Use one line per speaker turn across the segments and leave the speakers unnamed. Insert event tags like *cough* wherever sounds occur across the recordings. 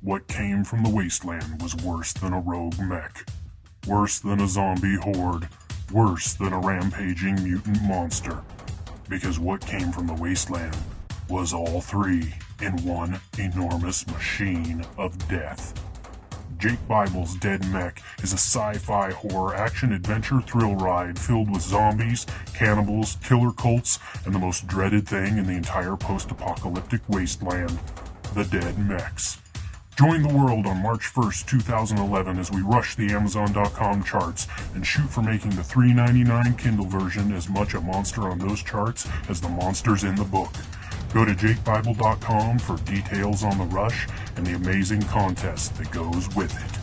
What came from the wasteland was worse than a rogue mech, worse than a zombie horde, worse than a rampaging mutant monster. Because what came from the wasteland was all three in one enormous machine of death. Jake Bible's Dead Mech is a sci fi horror action adventure thrill ride filled with zombies, cannibals, killer cults, and the most dreaded thing in the entire post apocalyptic wasteland the Dead Mechs. Join the world on March 1st, 2011, as we rush the Amazon.com charts and shoot for making the $3.99 Kindle version as much a monster on those charts as the monsters in the book. Go to jakebible.com for details on the rush and the amazing contest that goes with it.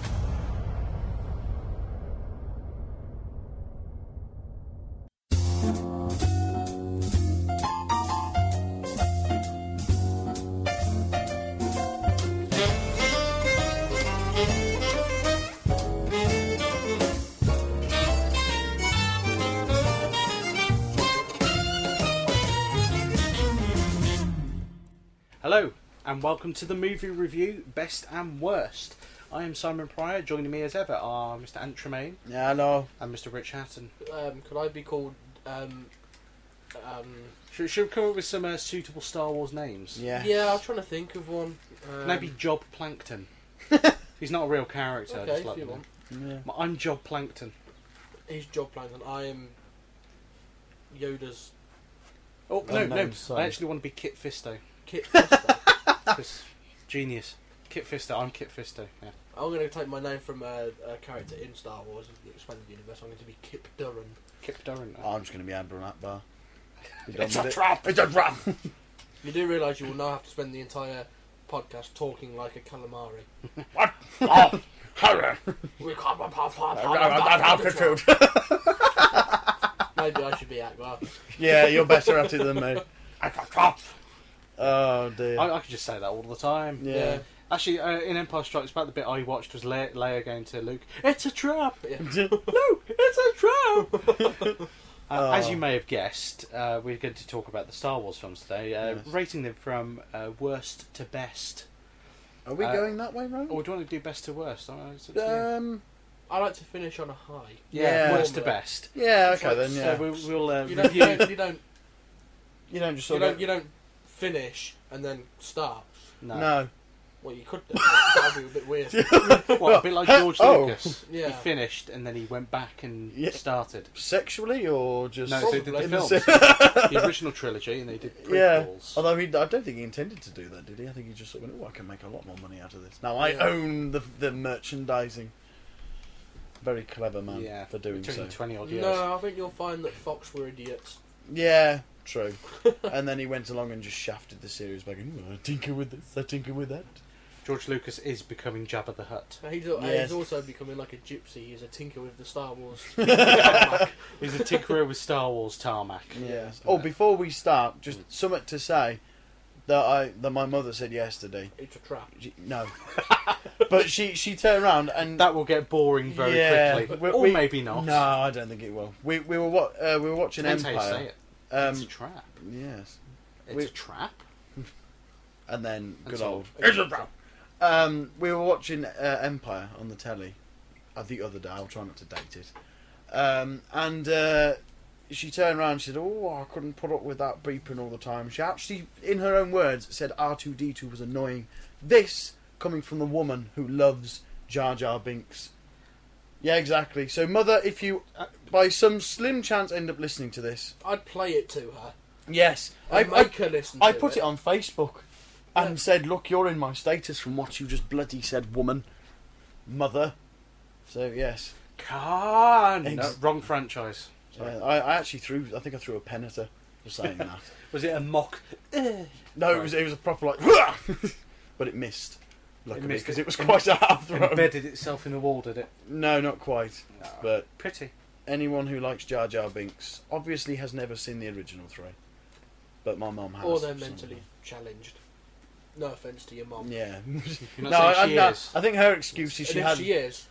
Hello, and welcome to the movie review Best and Worst. I am Simon Pryor. Joining me as ever are Mr. Ant Tremaine
Yeah, hello.
and Mr. Rich Hatton.
um, could I be called um, um,
Should, should we come up with some uh, suitable Star Wars names?
Yeah.
yeah I'm trying to think of one um,
Maybe Job
*laughs*
Plankton. He's not a real character. I
okay
just
if
like
you
the
want
Yeah.
name. I'm Job Plankton.
he's job plan and I am Yoda's
Oh no,
Unknown
no!
son.
I actually want to be Kit
*laughs*
Fisto.
kit Fisto.
'cause genius, Kit Fisto. I'm Kit Fisto. Yeah.
I'm going to take my name from a, a character in Star Wars the expanded universe I'm going to be Kip Duran
Kip Durant.
I'm just gonna be Amber on that bar.
it's a trap.
It's a trap.
you do realise you will now have to spend the entire podcast talking like a calamari
*laughs*
What? Oh, horror.
We can't- maybe I should be Akbar
*laughs* yeah, you're better at it than me. Oh dear.
I, I could just say that all the time.
yeah.
yeah.
Actually, uh, in Empire Strikes Back, the bit I watched was Le- Leia going to Luke, "It's a trap." no, it's a trap.
*laughs*
uh, As
Oh.
you may have guessed, uh, we're going to talk about the Star Wars films today, uh,
Yes.
rating them from uh, worst to best.
Are we
Uh,
going that way,
Or
Ron?
do you want to do best to worst? I don't know, it's up to you.
Um.
I like to finish on a high
yeah,
yeah.
worst to best.
Yeah. Okay then. Yeah.
So we, we'll uh,
you don't, you
review.
don't, you don't
you don't just
you
sort
don't
of.
you don't finish and then start.
no,
No.
Well, you
*laughs*
could do. That'd be a bit weird.
What, a bit like George
Oh.
Lucas.
Yeah.
He finished and then he went back and
Yeah.
started.
Sexually or just?
No, they did the
Probably.
films,
se-
*laughs* the original trilogy, and they did
yeah.
prequels.
Although he, I don't think he intended to do that, did he? I think he just sort of went, "Oh, I can make a lot more money out of this." Now I
Yeah.
own the the merchandising. Very clever man
yeah,
for doing
it took
so.
him twenty odd years.
No, I think you'll find that Fox were idiots.
Yeah, *laughs* true. and then he went along and just shafted the series by going, "Ooh, I tinker with this, I tinker with that.
George Lucas is becoming Jabba the Hutt.
And He's,
Yes.
he's also becoming like a gypsy. He's a tinker with the
*laughs*
Star Wars.
He's a tinkerer with Star Wars tarmac.
Yes. Oh, before we start, just something to say that I that my mother said yesterday.
it's a trap.
She, *laughs* no, but she she turned around and
That will get boring very
yeah,
quickly,
we-
or
we-
maybe not.
No, I don't think it will. We we were what uh, we were watching
Depends how you say
Empire.
it.
Um,
it's a trap.
yes,
It's
we-
a trap.
and then
That's
good
all.
old. It's a trap. Um, we were watching uh, Empire on the telly uh, the other day. I'll try not to date it. Um, and uh, she turned around. and She said, "Oh, I couldn't put up with that beeping all the time." She actually, in her own words, said R two D two was annoying. This coming from the woman who loves Jar Jar Binks. Yeah, exactly. So, mother, if you, uh, by some slim chance, end up listening to this,
I'd play it to her.
yes, I,
I'd
I,
make her listen.
I
to
put it on Facebook and
Yeah.
said, "Look, you're in my status from what you just bloody said, woman, mother." So yes,
Khan.
Ex-
No, wrong franchise.
So,
Sorry.
I, I actually threw. I think I threw a pen at her
*laughs*
for saying that.
Was it a mock? *laughs*
No, it
Right.
was it was a proper like, *laughs* but it missed. Luckily,
missed
because it,
it.
was quite out of throw.
Embedded itself in the wall, did it?
No, not quite.
No.
But
Pretty.
anyone who likes Jar Jar Binks obviously has never seen the original three. But my mum has.
Or they're
for some
mentally challenged. No offense to your mom.
reason.
*laughs*
Yeah.
You're not
no, I,
saying
I,
she
no,
is.
I think her excuse is
And
she
if
had.
she is,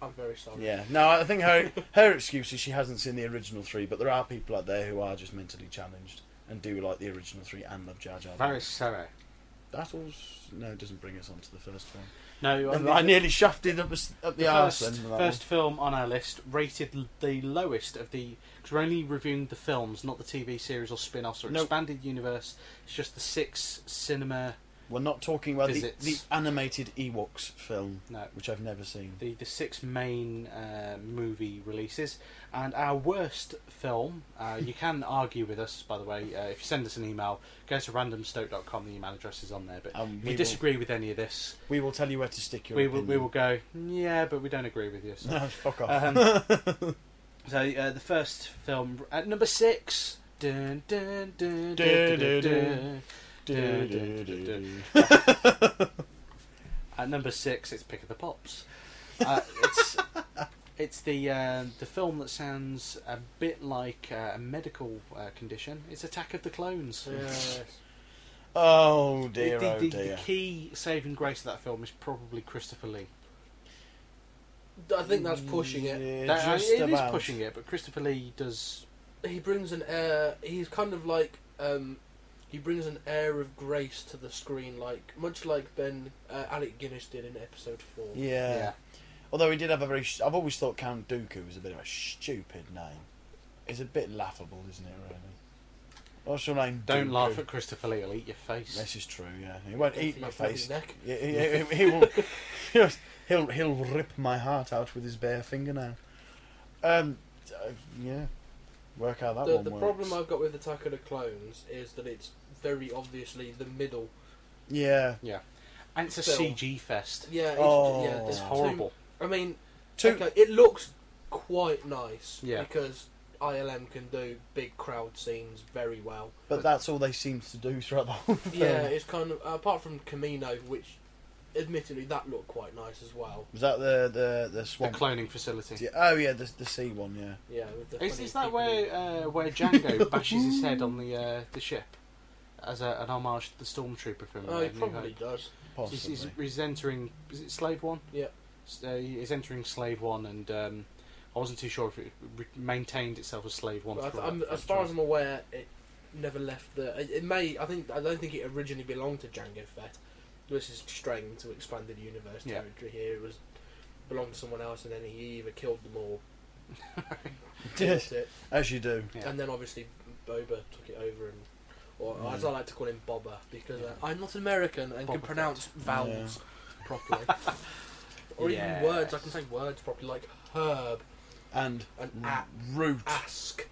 I'm very sorry.
Yeah, no, I think her her excuse is she hasn't seen the original three, but there are people out there who are just mentally challenged and do like the original three and love Jar Jar.
Very
Binks.
sorry.
Battles? No, it doesn't bring us on to the first one.
No, I,
I, nearly shafted up, the- up the,
the
arse
first,
then with that
first film on our list rated l- the lowest of the because we're only reviewing the films, not the TV series or spin-offs or
Nope.
expanded universe. It's just the six cinema.
one. We're not talking about the,
Visits.
the animated Ewoks film,
No,
which I've never seen.
the the six main uh, movie releases and our worst film. Uh,
*laughs*
you can argue with us, by the way, uh, if you send us an email. Go to randomstoke.com. The email address is on there. But
Um,
if
we,
you
will,
disagree with any of this,
we will tell you where to stick your
we will we
opinion.
will go. Yeah, but we don't agree with you. So.
*laughs* No, fuck off.
*laughs* Um, so uh, the first film at number six. Dun, dun, dun, dun, dun, dun, dun.
Do, do, do, do.
At number six, it's Pick of the Pops. Uh, it's *laughs* it's the uh, the film that sounds a bit like uh, a medical uh, condition. It's Attack of the Clones.
Yes.
*laughs*
The-
Oh dear,
the,
oh
the- the
dear.
key saving grace of that film is probably Christopher Lee.
I think that's pushing it.
Yeah,
That- uh,
just
it is
about.
pushing it, but Christopher Lee does.
He brings an air. He's kind of like um, he brings an air of grace to the screen, like much like Ben uh, Alec Guinness did in episode four.
Yeah.
yeah.
Although he did have a very. Sh- I've always thought Count Dooku was a bit of a stupid name. It's a bit laughable, isn't it, really? What's your name?
Don't
Dooku?
laugh at Christopher Lee; he'll eat your face.
This is true, yeah. He won't
Don't
eat
think
my
I've got his
face.
Neck.
He, he, he, he will. *laughs* he'll- He'll he'll rip my heart out with his bare fingernail. Um, uh, yeah. Work out that
The,
one.
the
works.
problem I've got with Attack of the Clones is that it's very obviously the middle.
Yeah.
And it's a
Film.
CG fest.
Yeah, it's,
Oh.
yeah, there's
It's
too-
horrible.
I mean,
Two.
okay, it looks quite nice
Yeah.
because ILM can do big crowd scenes very well.
But that's all they seem to do throughout the whole *laughs* film.
Yeah, it's kind of apart from Camino, which admittedly that looked quite nice as well.
Was that the the the
The
swamp?
cloning facility.
Yeah. Oh yeah, the the sea one. Yeah.
Yeah, with the
Is,
funny
is that
people
where uh, where Django
*laughs*
bashes his head on the uh, the ship as a, an homage to the stormtrooper
who-
film?
Oh,
uh,
he
New
probably
Hope?
does.
Possibly.
He's,
*laughs*
he's, he's entering. Is it Slave One?
Yeah.
S- Uh, he's entering Slave One, and um, I wasn't too sure if it re- maintained itself as Slave One.
But I th-
throughout
I'm,
the
as far
franchise.
as I'm aware, it never left the. It, it may. I think. I don't think it originally belonged to Django Fett. This is straying into expanded universe
Yeah.
territory here. It was belonged to someone else, and then he either killed them or
Yes,
built it.
*laughs* as you do.
Yeah.
And then obviously Boba took it over and. Or as I like to call him, Bobber, because uh, I'm not American and can
Boba
pronounce vowels *laughs* properly. or
Yes.
even words, I can say words properly, like herb
And
and a-
root,
ask.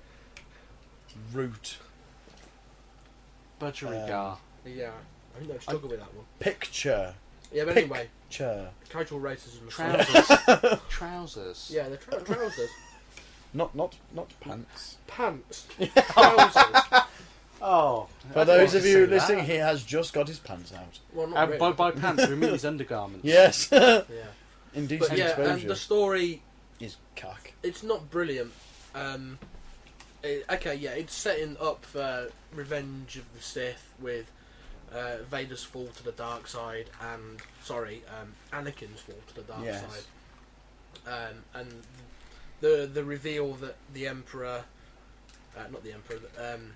root,
Budgerigar.
Yeah, I think I struggle with that one.
picture,
Yeah, but
Pick.
anyway,
chair,
casual racism. aside. *laughs*
trousers. trousers.
Yeah, the tra- trousers,
not not not pants.
*laughs* pants, trousers.
Oh.
For
I
those
didn't
of you Ah.
see that.
listening, he has just got his pants *laughs* out.
Well, not
And
really.
uh, by, by pants, we mean his *laughs* undergarments.
Yes,
Yeah,
*laughs* indecent
but yeah, and
exposure.
the story
His cock.
it's not brilliant. Um, it- okay, yeah, it's setting up for Revenge of the Sith with uh, Vader's fall to the dark side and sorry, um, Anakin's fall to the dark
Yes.
side, um, and the the reveal that the Emperor, uh, not the Emperor, but, um,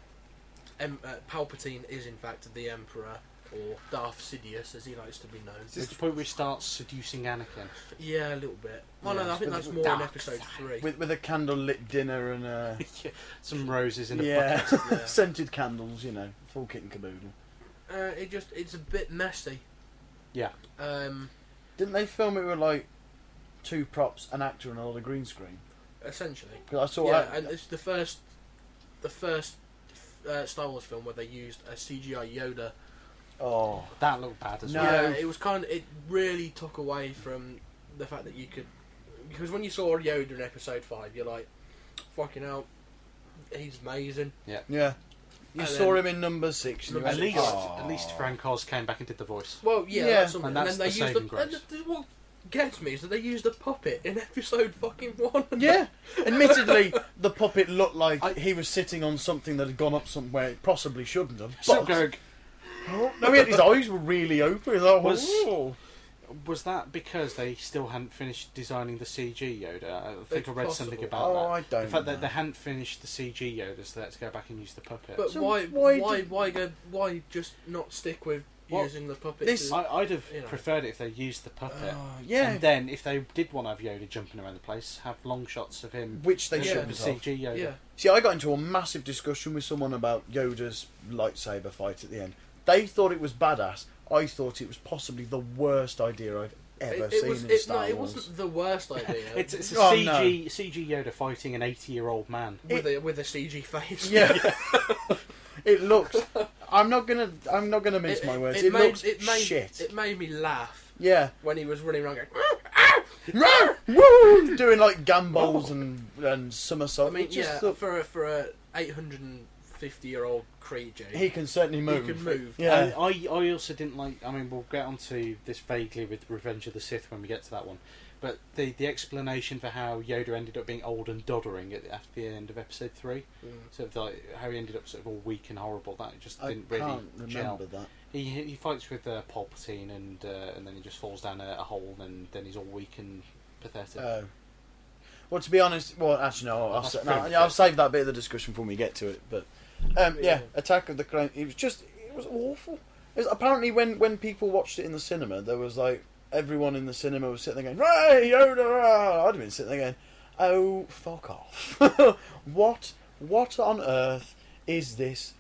em- uh, Palpatine is in fact the Emperor or Darth Sidious as he likes to be known.
Is this the point where he starts seducing Anakin?
Yeah, a little bit. Well,
Yeah,
no, I think
with
that's
the
more in
dark
episode three.
With with a candle lit dinner and *laughs* uh,
Some roses in a
yeah, *laughs*
yeah.
scented candles. You know, full kit and caboodle.
Uh, it just it's a bit messy.
Yeah.
Um,
Didn't they film it with like two props, an actor, and a lot of green screen?
essentially.
Because I saw
yeah,
that.
and it's the first, the first uh, Star Wars film where they used a CGI Yoda.
oh,
That looked bad as
No.
well.
Yeah, it was kind of it really took away from the fact that you could, because when you saw Yoda in Episode Five, you're like, fucking out, he's amazing.
yeah. You
And
saw
then-
him in number six. And you
Number
At
went,
least,
"Oh."
at least Frank Oz came back and did the voice.
Well, yeah,
Yeah.
that's something.
And that's
then
the
they used
saving
the, and
grace.
the- what gets me is that they used a puppet in *laughs* Episode fucking one.
Yeah. Admittedly, the puppet looked like
I-
he was sitting on something that had gone up somewhere it possibly shouldn't have.
So,
But,
Greg,
no, he had his eyes were really open. He was like,
Was-
"Whoa."
was that because they still hadn't finished designing the CG Yoda? I think
It's
I read
possible.
something about
oh,
that.
I don't.
the fact
know.
that they hadn't finished the CG Yoda, so let's go back and use the puppet.
But
So
why,
why
why, why,
did-
go, why just not stick with
Well,
using the puppet.
this-
to-
I, I'd have
You know.
preferred it if they used the puppet.
Oh, yeah,
And then, if they did want to have Yoda jumping around the place, have long shots of him
which they
Yeah.
shouldn't
the
have.
CG Yoda.
yeah,
See, I got into a massive discussion with someone about Yoda's lightsaber fight at the end. They thought it was badass. I thought it was possibly the worst idea I've ever
it, it
seen
was.
in
It's
Star
not. It
Wars. *laughs*
wasn't the worst idea.
It's, it's a
Oh,
CG,
no.
CG Yoda fighting an 80 year old man.
with a with a CG face.
Yeah, it looked. I'm not gonna. I'm not gonna mince
It-
my words. It,
made,
looks
it made,
shit.
It made me laugh
yeah,
when he was running around. Going,
woo, doing like gambols and and
I
somersaults.
mean,
It just
yeah,
looked-
for a, for a 850 year old creature,
he can certainly
he
move.
can move.
Yeah,
I, I I also didn't like. I mean, we'll get onto this vaguely with Revenge of the Sith when we get to that one. But the the explanation for how Yoda ended up being old and doddering at the, after the end of Episode Three,
Mm.
sort of like how he ended up sort of all weak and horrible, that just
I
didn't really
can't
gel.
remember that.
He he fights with uh, Palpatine and uh, and then he just falls down a, a hole and then he's all weak and pathetic.
Oh. Well, to be honest, well, actually, no, I'll,
That's
sa- no,
pretty
yeah, I'll save that bit of the discussion for when we get to it. But um, yeah,
Yeah.
Attack of the Clone. It was just, it was awful. It was, apparently, when when people watched it in the cinema, there was like everyone in the cinema was sitting there going, "Ray Yoda!" rah!" I'd have been sitting there going, "Oh, fuck off! *laughs* what what on earth is this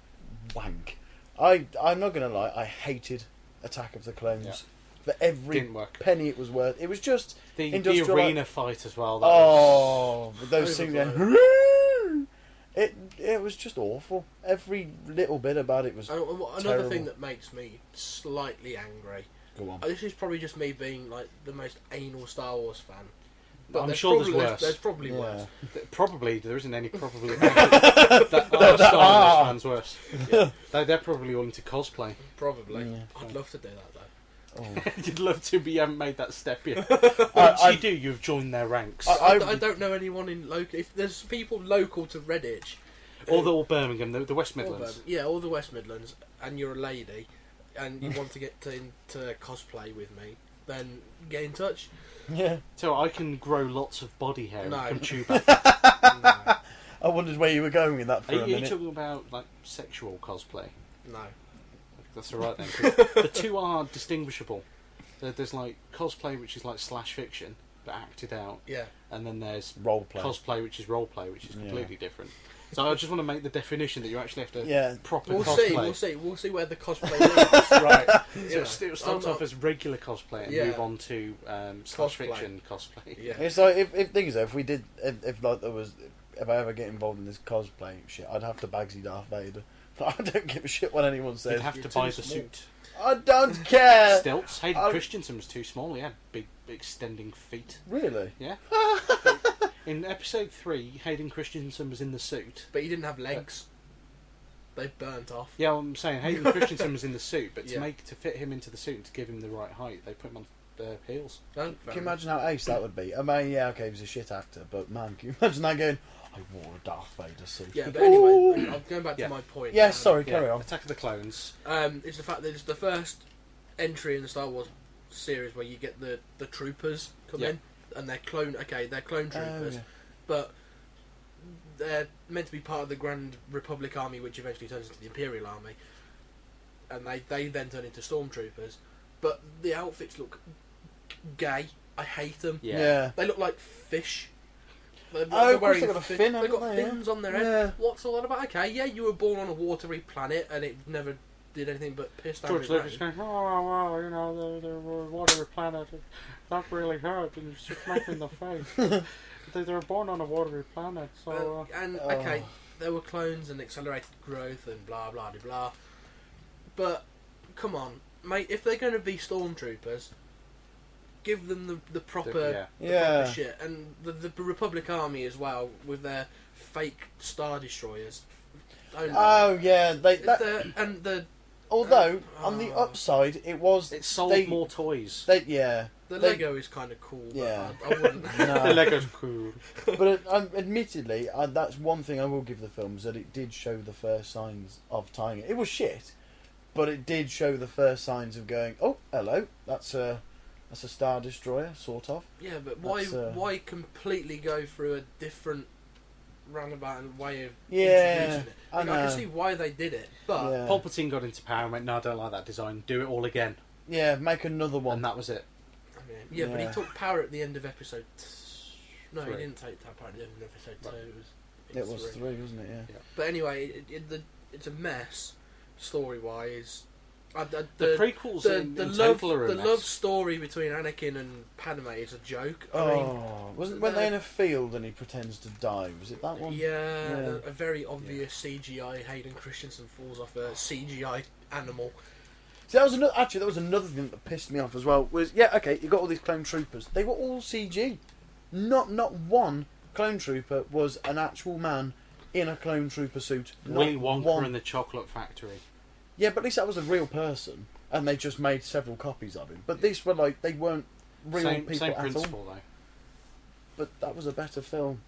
wank?" I I'm not gonna lie, I hated Attack of the Clones.
Yeah.
For every
Didn't work.
penny it was worth, it was just
the, the
industrial-
arena fight as well. That was-
Oh, with those things.
Overblown.
then- *laughs* It it was just awful. Every little bit about it was.
Oh,
And wha- another
Terrible.
thing that makes me slightly angry.
Go on.
uh, This is probably just me being like the most anal Star Wars fan.
I'm
there's
sure there's
probably,
worse.
There's, probably
Yeah.
worse.
Th- Probably there isn't any probably that are Star Wars fans worse.
Yeah.
They- They're probably all into cosplay. *laughs*
Probably.
Yeah.
I'd love to do that though.
Oh.
You'd love to, but you haven't made that step yet.
I,
Once you
I,
do, you've joined their ranks.
I-
I,
I-
I don't know anyone in local. If there's people local to Redditch,
or the all Birmingham, the, the West
or
Midlands.
Birmingham- yeah, all the West Midlands, and you're a lady, and you want to get to, to cosplay with me, then get in touch.
*laughs* yeah.
So I can grow lots of body hair
No.
and come chew back.
No,
I wondered where you were going with that for
Are you,
a
are you
minute.
talking about like sexual cosplay?
no.
That's all right then. 'cause the two are distinguishable. There- There's like cosplay, which is like slash fiction, but acted out,
Yeah.
and then there's
Role play.
cosplay, which is role play, which is
Yeah.
completely different. So I just want to make the definition that you actually have to
Yeah.
proper
We'll
cosplay.
see. We'll see. We'll see where the cosplay leads.
*laughs* Right.
Yeah.
So it's- it'll start
I'm
off
not-
as regular cosplay and
Yeah.
move on to um, slash
Cosplay.
fiction cosplay.
Yeah.
It's like if if things if we did if, if like there was if I ever get involved in this cosplay shit, I'd have to Bagsy Darth Vader. *laughs* I don't give a shit what anyone
You'd
says.
have to
you're
buy the
too small.
suit.
I don't
Uh,
care.
Stilts. Hayden
I'll-
Christensen was too small. He had big, extending feet.
Really?
*laughs*
Yeah. in episode three, Hayden Christensen was in the suit.
But he didn't have legs. They burnt off.
Yeah, I'm saying Hayden
*laughs*
Christensen was in the suit, but to
Yeah.
make to fit him into the suit and to give him the right height, they put him on uh, heels.
No, fair
Can you
enough.
imagine how ace that would be? I mean, yeah, okay, he was a shit actor, but man, can you imagine that going? I wore a Darth Vader suit. *laughs*
Yeah, but
Ooh.
anyway, I'm going back
Yeah.
to my point.
Yeah,
Um,
sorry, carry
Yeah,
on.
Attack of the Clones.
Um, it's the fact that it's the first entry in the Star Wars series where you get the, the troopers come
Yeah.
in and they're clone. Okay, they're clone troopers,
Oh, yeah.
but they're meant to be part of the Grand Republic Army, which eventually turns into the Imperial Army, and they they then turn into stormtroopers. But the outfits look g- gay. I hate them.
Yeah.
yeah.
They look like fish. They're,
Oh,
they're
of course they've got a
fin-
fin,
They've
haven't
got
they, yeah?
fins on their head.
Yeah.
What's all that about? Okay, yeah, you were born on a watery planet and it never did anything but piss down
George
with
Lucas
rain.
going, oh, well, you know, the, the water planet, that really hurt, and it's just smacked in the
*laughs*
face. they, they were born on a watery planet, so... Uh,
Uh, and
Oh.
okay, there were clones and accelerated growth and blah blah de blah. But come on, mate, if they're going to be stormtroopers, give them the, the proper
yeah.
the
Yeah.
proper shit. And the, the Republic Army as well with their fake star destroyers. Don't-
Oh yeah, they. That,
The- and the
although on the
Oh.
upside, it was
It sold
they-
more toys.
They, yeah,
The
They-
Lego is kind of cool. but
Yeah. *laughs*
I, I wouldn't.
the
*laughs*
no.
Lego's cool.
but it, um, admittedly, uh, that's one thing I will give the film is that it did show the first signs of tying it. It was shit, but it did show the first signs of going. Oh, hello, that's a that's a star destroyer, sort of.
yeah, but why
That's, uh,
why completely go through a different roundabout way of
Yeah,
introducing it.
I
Like, I,
know.
can see why they did it, but
uh, Yeah.
Palpatine got into power and went, "No, I don't like that design. Do it all again."
Yeah, make another one.
And that was it.
I mean, yeah, but he
Yeah.
took power at the end of episode. T- no,
Three.
he didn't take that power at the end of episode
Right.
two. It was,
it was
three.
three, wasn't it? Yeah.
But anyway, it, it, the, it's a mess story wise. The,
The,
the,
prequels
the,
in,
the
in
love
total are a
the
mess.
love story between Anakin and Padme is a joke. I mean,
Oh, wasn't when they in a field and he pretends to die? Was it that one?
Yeah,
Yeah.
A, a very obvious CGI. Hayden Christensen falls off a CGI animal.
See, that was another. Actually, that was another thing that pissed me off as well. Was yeah, okay, you got all these clone troopers. They were all CG. Not not one clone trooper was an actual man in a clone trooper suit. Not
Willy Wonka
one.
and the Chocolate Factory.
Yeah, but at least that was a real person, and they just made several copies of him. But these were like they weren't real
same
people
same
at all.
principle though.
But that was a better film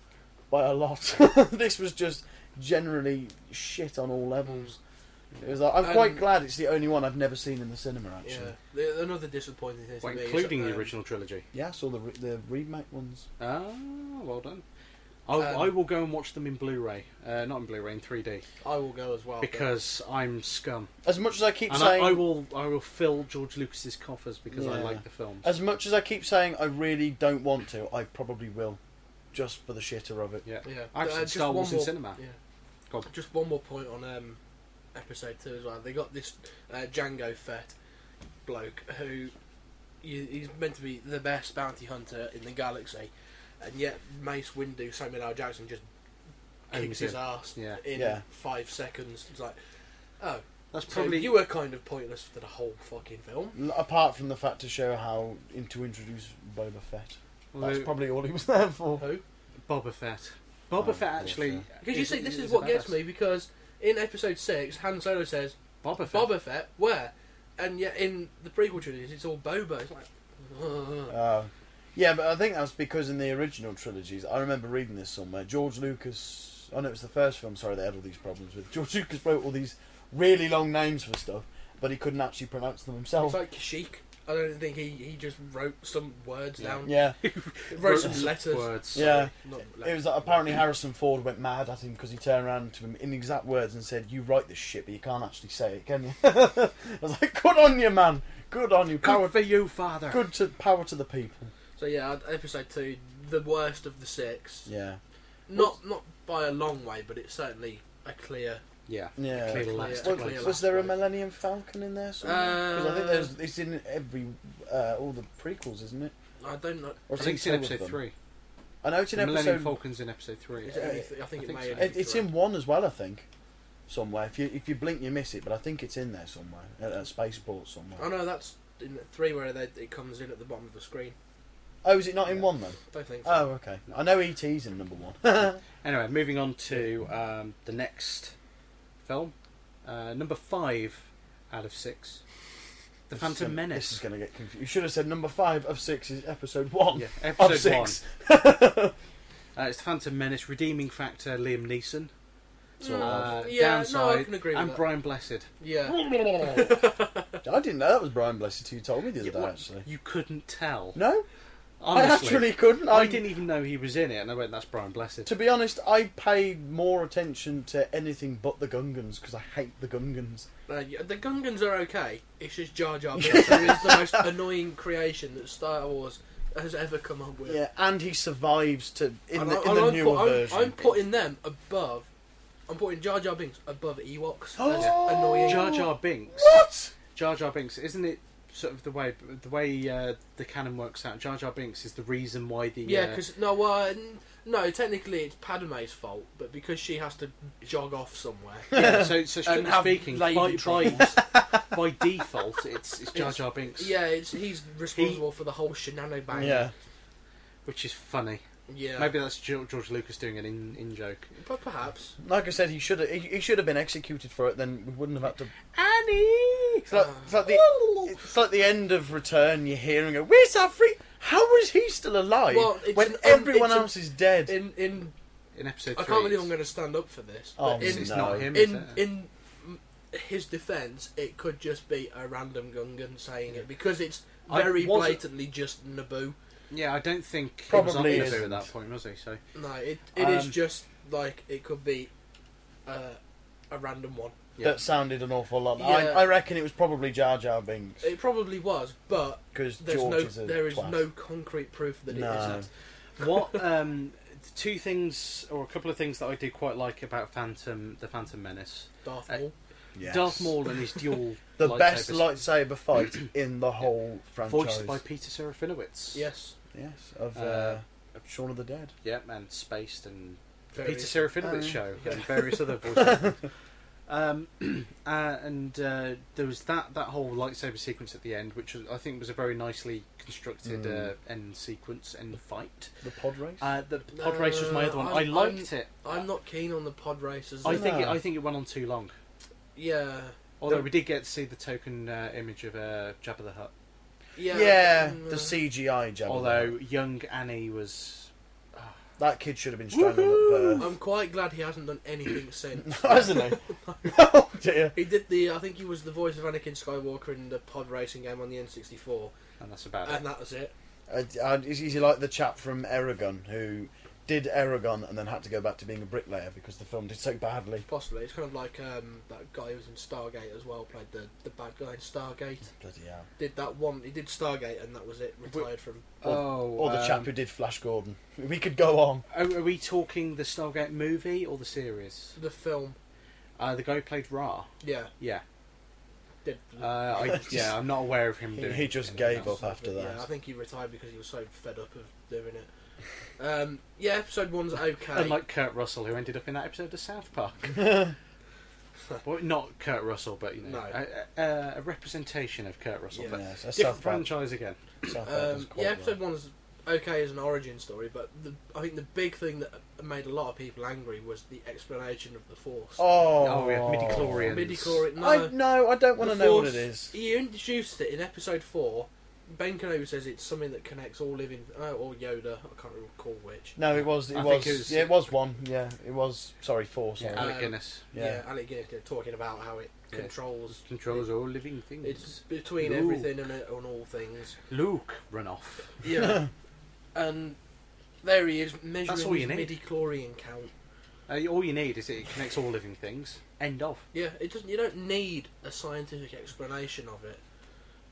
by a lot. *laughs* this was just generally shit on all levels. It was like, I'm quite
Um,
glad it's the only one I've never seen in the cinema.
Yeah,
Actually,
The- another disappointing thing, to
Well,
me is,
including the
um,
original trilogy.
yeah, I saw the re- the remake ones.
Ah, well done. I,
Um,
I will go and watch them in Blu-ray, uh, not in Blu-ray, in 3D,
I will go as well but-
because I'm scum,
As much as I keep
and I,
saying,
I will I will fill George Lucas's coffers because I
Yeah.
like the films.
as much as I keep saying, I really don't want to. I probably will, just for the shitter of it.
yeah,
Yeah,
I've
Uh,
seen
just
Star
one
Wars in
more-
cinema.
Yeah.
Go on.
Just one more point on um, episode two as well. They got this uh, Django Fett bloke who you, he's meant to be the best bounty hunter in the galaxy, and yet Mace Windu Samuel L. Jackson just
Owns
kicks his
him.
ass
Yeah.
in
Yeah.
five seconds. It's like, oh,
That's
so
probably
you were kind of pointless for the whole fucking film.
L- Apart from the fact to show how in, to introduce Boba Fett. That's
although-
probably all he was there for.
Who?
Boba Fett.
Oh,
Boba Fett
yeah,
actually.
sure.
Because you
is-
see, this is
a
what gets
badass.
me because in episode six, Han Solo says,
Boba Fett.
Boba Fett, where? And yet in the prequel trilogy, it's all Boba. It's like, ugh.
Uh, yeah, but I think that's because in the original trilogies, I remember reading this somewhere. George Lucas, oh no, it was the first film. Sorry, they had all these problems with. George Lucas wrote all these really long names for stuff, but he couldn't actually pronounce them himself.
it's like Kashyyyk. I don't think he, he just wrote some words
Yeah.
down.
yeah,
Wrote,
Wrote
some
some
letters.
Words.
yeah.
Not
It
letters.
was like apparently Harrison Ford went mad at him because he turned around to him in exact words and said, "You write this shit, but you can't actually say it, can you?" *laughs* I was like, "Good on you, man. Good on you. Power,
Power for you, father.
good to power to the people."
So yeah, episode two, the worst of the six.
Yeah,
Not not by a long way, but it's certainly a clear.
Yeah.
yeah.
Clear
clear-
last
clear
Was,
place.
last
was there a
place.
Millennium Falcon in there? Because I think
Uh,
there's it's in every uh, all the prequels, isn't it?
I don't know.
Or
I think it's in
two of
episode
them.
three.
I know it's in
The Millennium
episode.
Falcon's in episode three.
Is it
Uh,
only th-
I
I think it
think
may.
so.
only
it,
be
it's
three.
in one as well, I think. Somewhere, if you if you blink, you miss it. But I think it's in there somewhere at a spaceport
I
somewhere.
know oh that's in three where they, it comes in at the bottom of the screen.
Oh, is it not in one then?
Don't think. So.
Oh, okay. I know ET's in number *laughs* one.
Anyway, moving on to um, the next film, uh, number five out of six, The
This
Phantom
is gonna- This is
Menace.
going to get confused. You should have said number five of six is episode one.
Yeah,
of
episode one.
six.
Uh, it's The Phantom Menace, redeeming factor Liam Neeson,
Sort
uh,
yeah, no, I
downside,
can agree with
and
that.
Brian Blessed.
yeah.
I didn't know that was Brian Blessed who told me the other
Yeah,
day,
what-
actually.
You couldn't tell.
No,
Honestly,
I actually couldn't.
I
I'm-
didn't even know he was in it, and I went, "That's Brian Blessed."
To be honest, I pay more attention to anything but the Gungans because I hate the Gungans.
Uh, yeah, the Gungans are okay. It's just Jar Jar Binks, who is the *laughs* most annoying creation that Star Wars has ever come up with.
Yeah, and he survives to in
And
the,
I-
in
and
the
I'm
newer
put- I'm-
version.
I'm, putting them above. I'm putting Jar Jar Binks above *gasps* Ewoks. That's
Oh.
annoying.
Jar Jar Binks.
what?
Jar Jar Binks, isn't it? Sort of the way the way uh, the canon works out. Jar Jar Binks is the reason why the
Yeah,
uh,
because no, uh, n- no. Technically, it's Padme's fault, but because she has to jog off somewhere. *laughs*
Yeah, so, so strictly
have
speaking, by,
lady
by, *laughs* by default, it's, it's Jar
It's-
Jar Binks,
yeah, it's, he's responsible for the whole shenanigans.
Yeah,
which is funny.
yeah.
Maybe that's Ge- George Lucas doing an in, in joke.
But perhaps.
like I said, he should have he, he should have been executed for it. Then we wouldn't have had to.
Annie!
It's like, it's like the it's like the end of Return. You're hearing it. Where's that freak? How is he still alive
Well, it's
when
an- um,
everyone
it's a-
else is dead?
In in,
In episode
I
3.
can't believe I'm going to stand up for this.
Oh,
but
it's,
in,
it's
No.
not him, is
in
it?
in his defence, it could just be a random Gungan saying it because it's
I
very
wasn't-
blatantly just Naboo.
Yeah, I don't think
Probably
he was on Nibiru
isn't.
at that point, was he? So
No, it it is
Um,
just like it could be uh, a random one.
Yeah.
That sounded an awful lot.
Yeah.
I, I reckon it was probably Jar Jar Binks
It probably was, but
because
there's
George
no
is a
there is
twat.
no concrete proof that it
No.
isn't.
what um, two things or a couple of things that I do quite like about Phantom the Phantom Menace?
Darth
Uh,
Maul.
Yes.
Darth Maul and his dual
The
lightsabers,
best lightsaber fight in the whole franchise.
voiced by Peter Serafinowicz.
yes,
yes, of uh,
Uh,
Shaun of the Dead.
yeah, and Spaced and
very-
Peter Serafinowicz
Oh,
show and various other voices. Um, *clears throat* uh, and uh, there was that, that whole lightsaber sequence at the end, which was, I think was a very nicely constructed
Mm.
uh, end sequence, end fight.
The pod race.
Uh, the
No,
pod race was my other one. I
I'm-
liked it.
I'm not keen on the pod races.
I think it,
No.
I think it went on too long.
yeah,
Although
Ah. The-
we did get to see the token uh, image of uh, Jabba the Hutt.
yeah,
yeah,
mm,
the CGI Jabba.
Although young Annie was.
that kid should have been strangled at birth.
I'm quite glad he hasn't done
*coughs*
anything since.
*laughs* Hasn't he? *laughs* oh dear.
He did the. I think he was the voice of Anakin Skywalker in the pod racing game on the N64,
And that's about it.
and that was it.
Uh, uh, is is he like the chap from Eragon who did Eragon and then had to go back to being a bricklayer because the film did so badly?
Possibly, it's kind of like um, that guy who was in Stargate as well. Played the the bad guy in Stargate.
Bloody hell.
Did that one? He did Stargate, and that was it. Retired from.
oh,
Or the chap who did Flash Gordon. *laughs* We could go on.
Are, are we talking the Stargate movie or the series?
The film,
Uh, the guy who played Ra.
yeah,
Yeah.
did.
Uh,
*laughs*
I, yeah, I'm not aware of him
He-
doing.
he just
anything
gave
else.
up after that.
Yeah, I think he retired because he was so fed up of doing it. *laughs* Um, yeah,
*laughs*
episode one's okay.
Unlike Kurt Russell, who ended up in that episode of South Park. *laughs* well, not Kurt Russell, but you know,
No.
a, a, a representation of Kurt Russell.
Yeah.
But
Yes, that's
different
South Park.
franchise again.
South Park does
um,
quite
yeah,
well.
episode one's okay as an origin story, but the, I think the big thing that made a lot of people angry was the explanation of the Force.
Oh,
Oh, yeah, midichlorians.
Midi-chlorian- no,
I no, I don't want
The
to know what
Force- e-
it is.
He introduced it in episode four. Ben Kenobi says it's something that connects all living, uh, or Yoda. I can't recall which.
No, it was. It
I think
was.
it was-
Yeah, it was one. Yeah, it was. Sorry, four. Sorry. Um,
Yeah,
Uh,
Alec Guinness
Yeah,
Yeah.
Alec Guinness they're talking about how it
Yeah.
controls.
controls all living things.
It's between
Ooh.
everything and it- on all
*laughs*
things.
Luke run off.
Yeah, and there he is measuring
That's all you
his
need.
midi chlorian count.
Uh, all you need is it connects all living things. End of.
Yeah, it doesn't. You don't need a scientific explanation of it.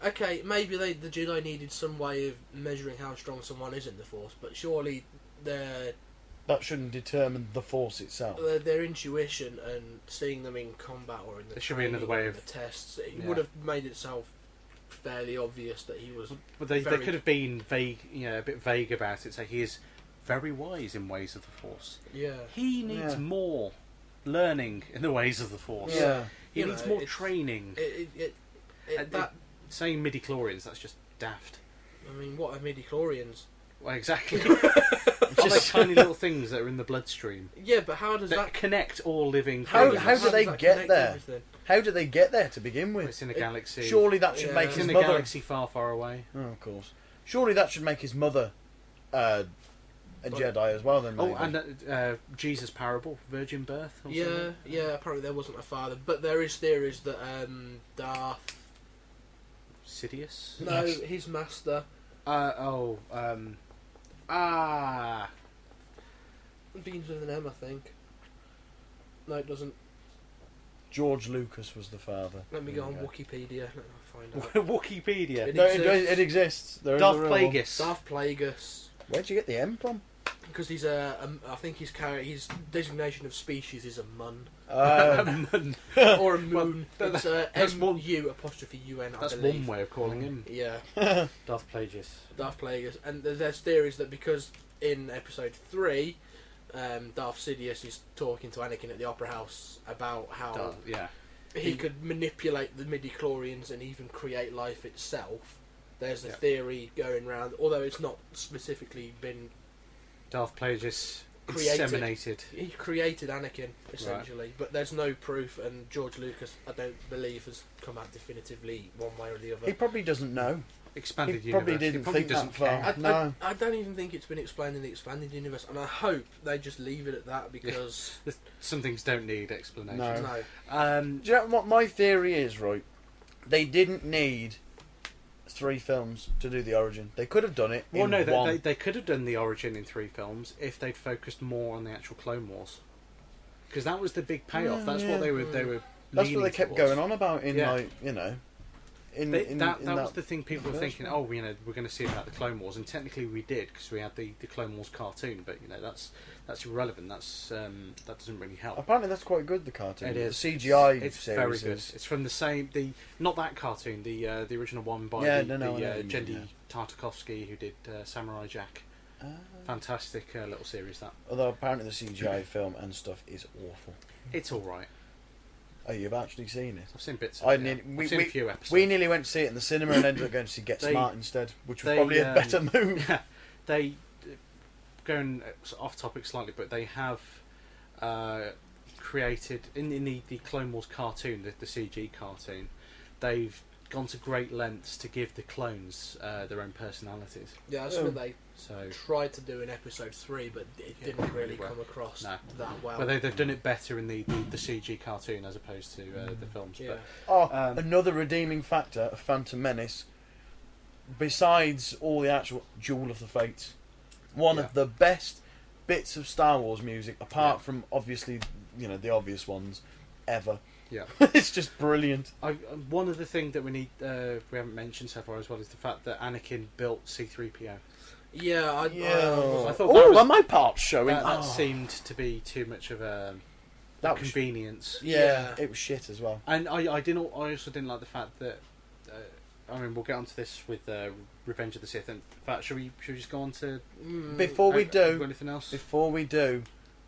Okay, maybe they, the Jedi needed some way of measuring how strong someone is in the Force, but surely their
That shouldn't determine the force itself.
their, their intuition and seeing them in combat or in the
There should be another
training
way
or
of-
the tests. It
Yeah.
would have made itself fairly obvious that he was.
But they, they
Very-
could have been vague, you know, a bit vague about it. So he is very wise in ways of the Force.
Yeah,
He needs
Yeah.
more learning in the ways of the Force.
Yeah.
He
You
needs
know,
more
it's-
training.
it it, it, it
And
that.
Saying midi chlorians, that's just daft.
I mean, what are midi chlorians?
Well,
*laughs*
exactly. All those tiny little things that are in the bloodstream
Yeah, but how does
that,
that?
connect all living
How-
things.
how do
does
they
that
get
connect
there?
everything?
How did they get there to begin with?
It's in a galaxy.
Surely that should
Yeah.
make
it's
his
in a
mother.
galaxy far, far away.
Oh, of course. Surely that should make his mother uh, a
But-
Jedi as well. Then. Maybe.
Oh, and uh, uh, Jesus parable, virgin birth. Or
Yeah,
something.
yeah. Apparently there wasn't a father, but there is theories that um, Darth,
Sidious.
no,
Yes.
his master,
Uh, oh, um, ah,
*laughs*
begins with an M, I think. No, it doesn't.
George Lucas was the father.
Let me go on
Yeah.
Wikipedia. Let me
*laughs*
find out.
Wikipedia.
It
No, it,
exists.
it exists. There is
Darth
a real one.
Plagueis.
Darth Plagueis,
Where'd you get the M
*laughs*
from?
because he's a, um, I think his character, his designation of species is
*laughs*
a mun
Uh,
Um,
or a moon.
that-
it's a
that's
M
one-
U apostrophe U N. I
That's
believe.
one way of calling him.
Yeah,
Darth Plagueis.
Darth Plagueis, and th- there's theories that because in episode three. Um, Darth Sidious is talking to Anakin at the Opera House about how
Darth, yeah.
he could manipulate the midichlorians and even create life itself. There's a
Yeah.
theory going round, although it's not specifically been.
Darth Plagueis
Created.
inseminated.
He created Anakin essentially, but there's no proof, and George Lucas, I don't believe, has come out definitively one way or the other.
he probably doesn't know.
Expanded
He
universe.
probably
he
didn't
probably
think
doesn't
that far.
care.
I, I-
No.
I, don't even think it's been explained in the expanded universe, and I hope they just leave it at that because
There's- Some things don't need explanation.
No.
no,
Um,
Do you know what my theory is? Right, they didn't need three films to do the origin. They could have done it.
Well,
in
no, they,
one.
they, they could have done the origin in three films if they'd focused more on the actual Clone Wars, because that was the big payoff.
Yeah,
That's
yeah.
what they were. They were.
That's what
leaning
they kept
towards.
going on about in
Yeah.
like you know, in,
They,
in,
that
in
that
that
was the thing people were
first
thinking.
one.
Oh, you know, we're going to see about the Clone Wars, and technically we did because we had the, the Clone Wars cartoon. But you know, that's that's irrelevant. That's um, that doesn't really help.
Apparently, that's quite good. The cartoon.
It is
the CGI.
It's very
series
good.
is-
It's from the same the not that cartoon the uh, the original one by
Yeah,
the,
no, no, I
the
know
uh,
what you mean,
Jendy
yeah.
Tartakovsky who did uh, Samurai Jack.
Oh.
Fantastic uh, little series that.
Although apparently
*clears throat*
the CGI film and stuff is awful.
It's all right.
Oh, you've actually seen it.
I've seen bits. Of
I
it, yeah.
nearly, we,
I've seen
we,
a few episodes. *laughs*
we nearly went to see it in the cinema and ended up going to see Get
They-
Smart instead, which was
they,
probably a
um,
better move.
they uh, going uh, off topic slightly, but they have uh, created in, in the, the Clone Wars cartoon, the, the CG cartoon. They've gone to great lengths to give the clones uh, their own personalities.
Yeah, that's
Um, Yeah.
what they
So,
tried to do in episode three, but it
Yeah,
didn't really
really well.
come across
No.
that well.
but they, they've done it better in the, the, the CG cartoon as opposed to uh, the films.
yeah.
But
Oh,
Um,
another redeeming factor of Phantom Menace, besides all the actual Jewel of the Fates, one
Yeah.
of the best bits of Star Wars music, apart
Yeah.
from obviously you know the obvious ones, ever. *laughs*
Yeah.
it's just brilliant.
I, um, one other thing that we need uh, we haven't mentioned so far as well is the fact that Anakin built C three PO.
Yeah, I, um,
Yeah.
I,
I
I
thought
Oh,
that was-
and my part's showing.
That, that
Oh,
seemed to be too much of a
that was
convenience.
yeah,
Yeah.
it was shit as well.
And I, I didn't. I also didn't like the fact that. Uh, I mean, we'll get onto this with uh, Revenge of the Sith. And in fact, should we should we just go on to
mm,
Before we
have- have
do,
anything else?
before we do,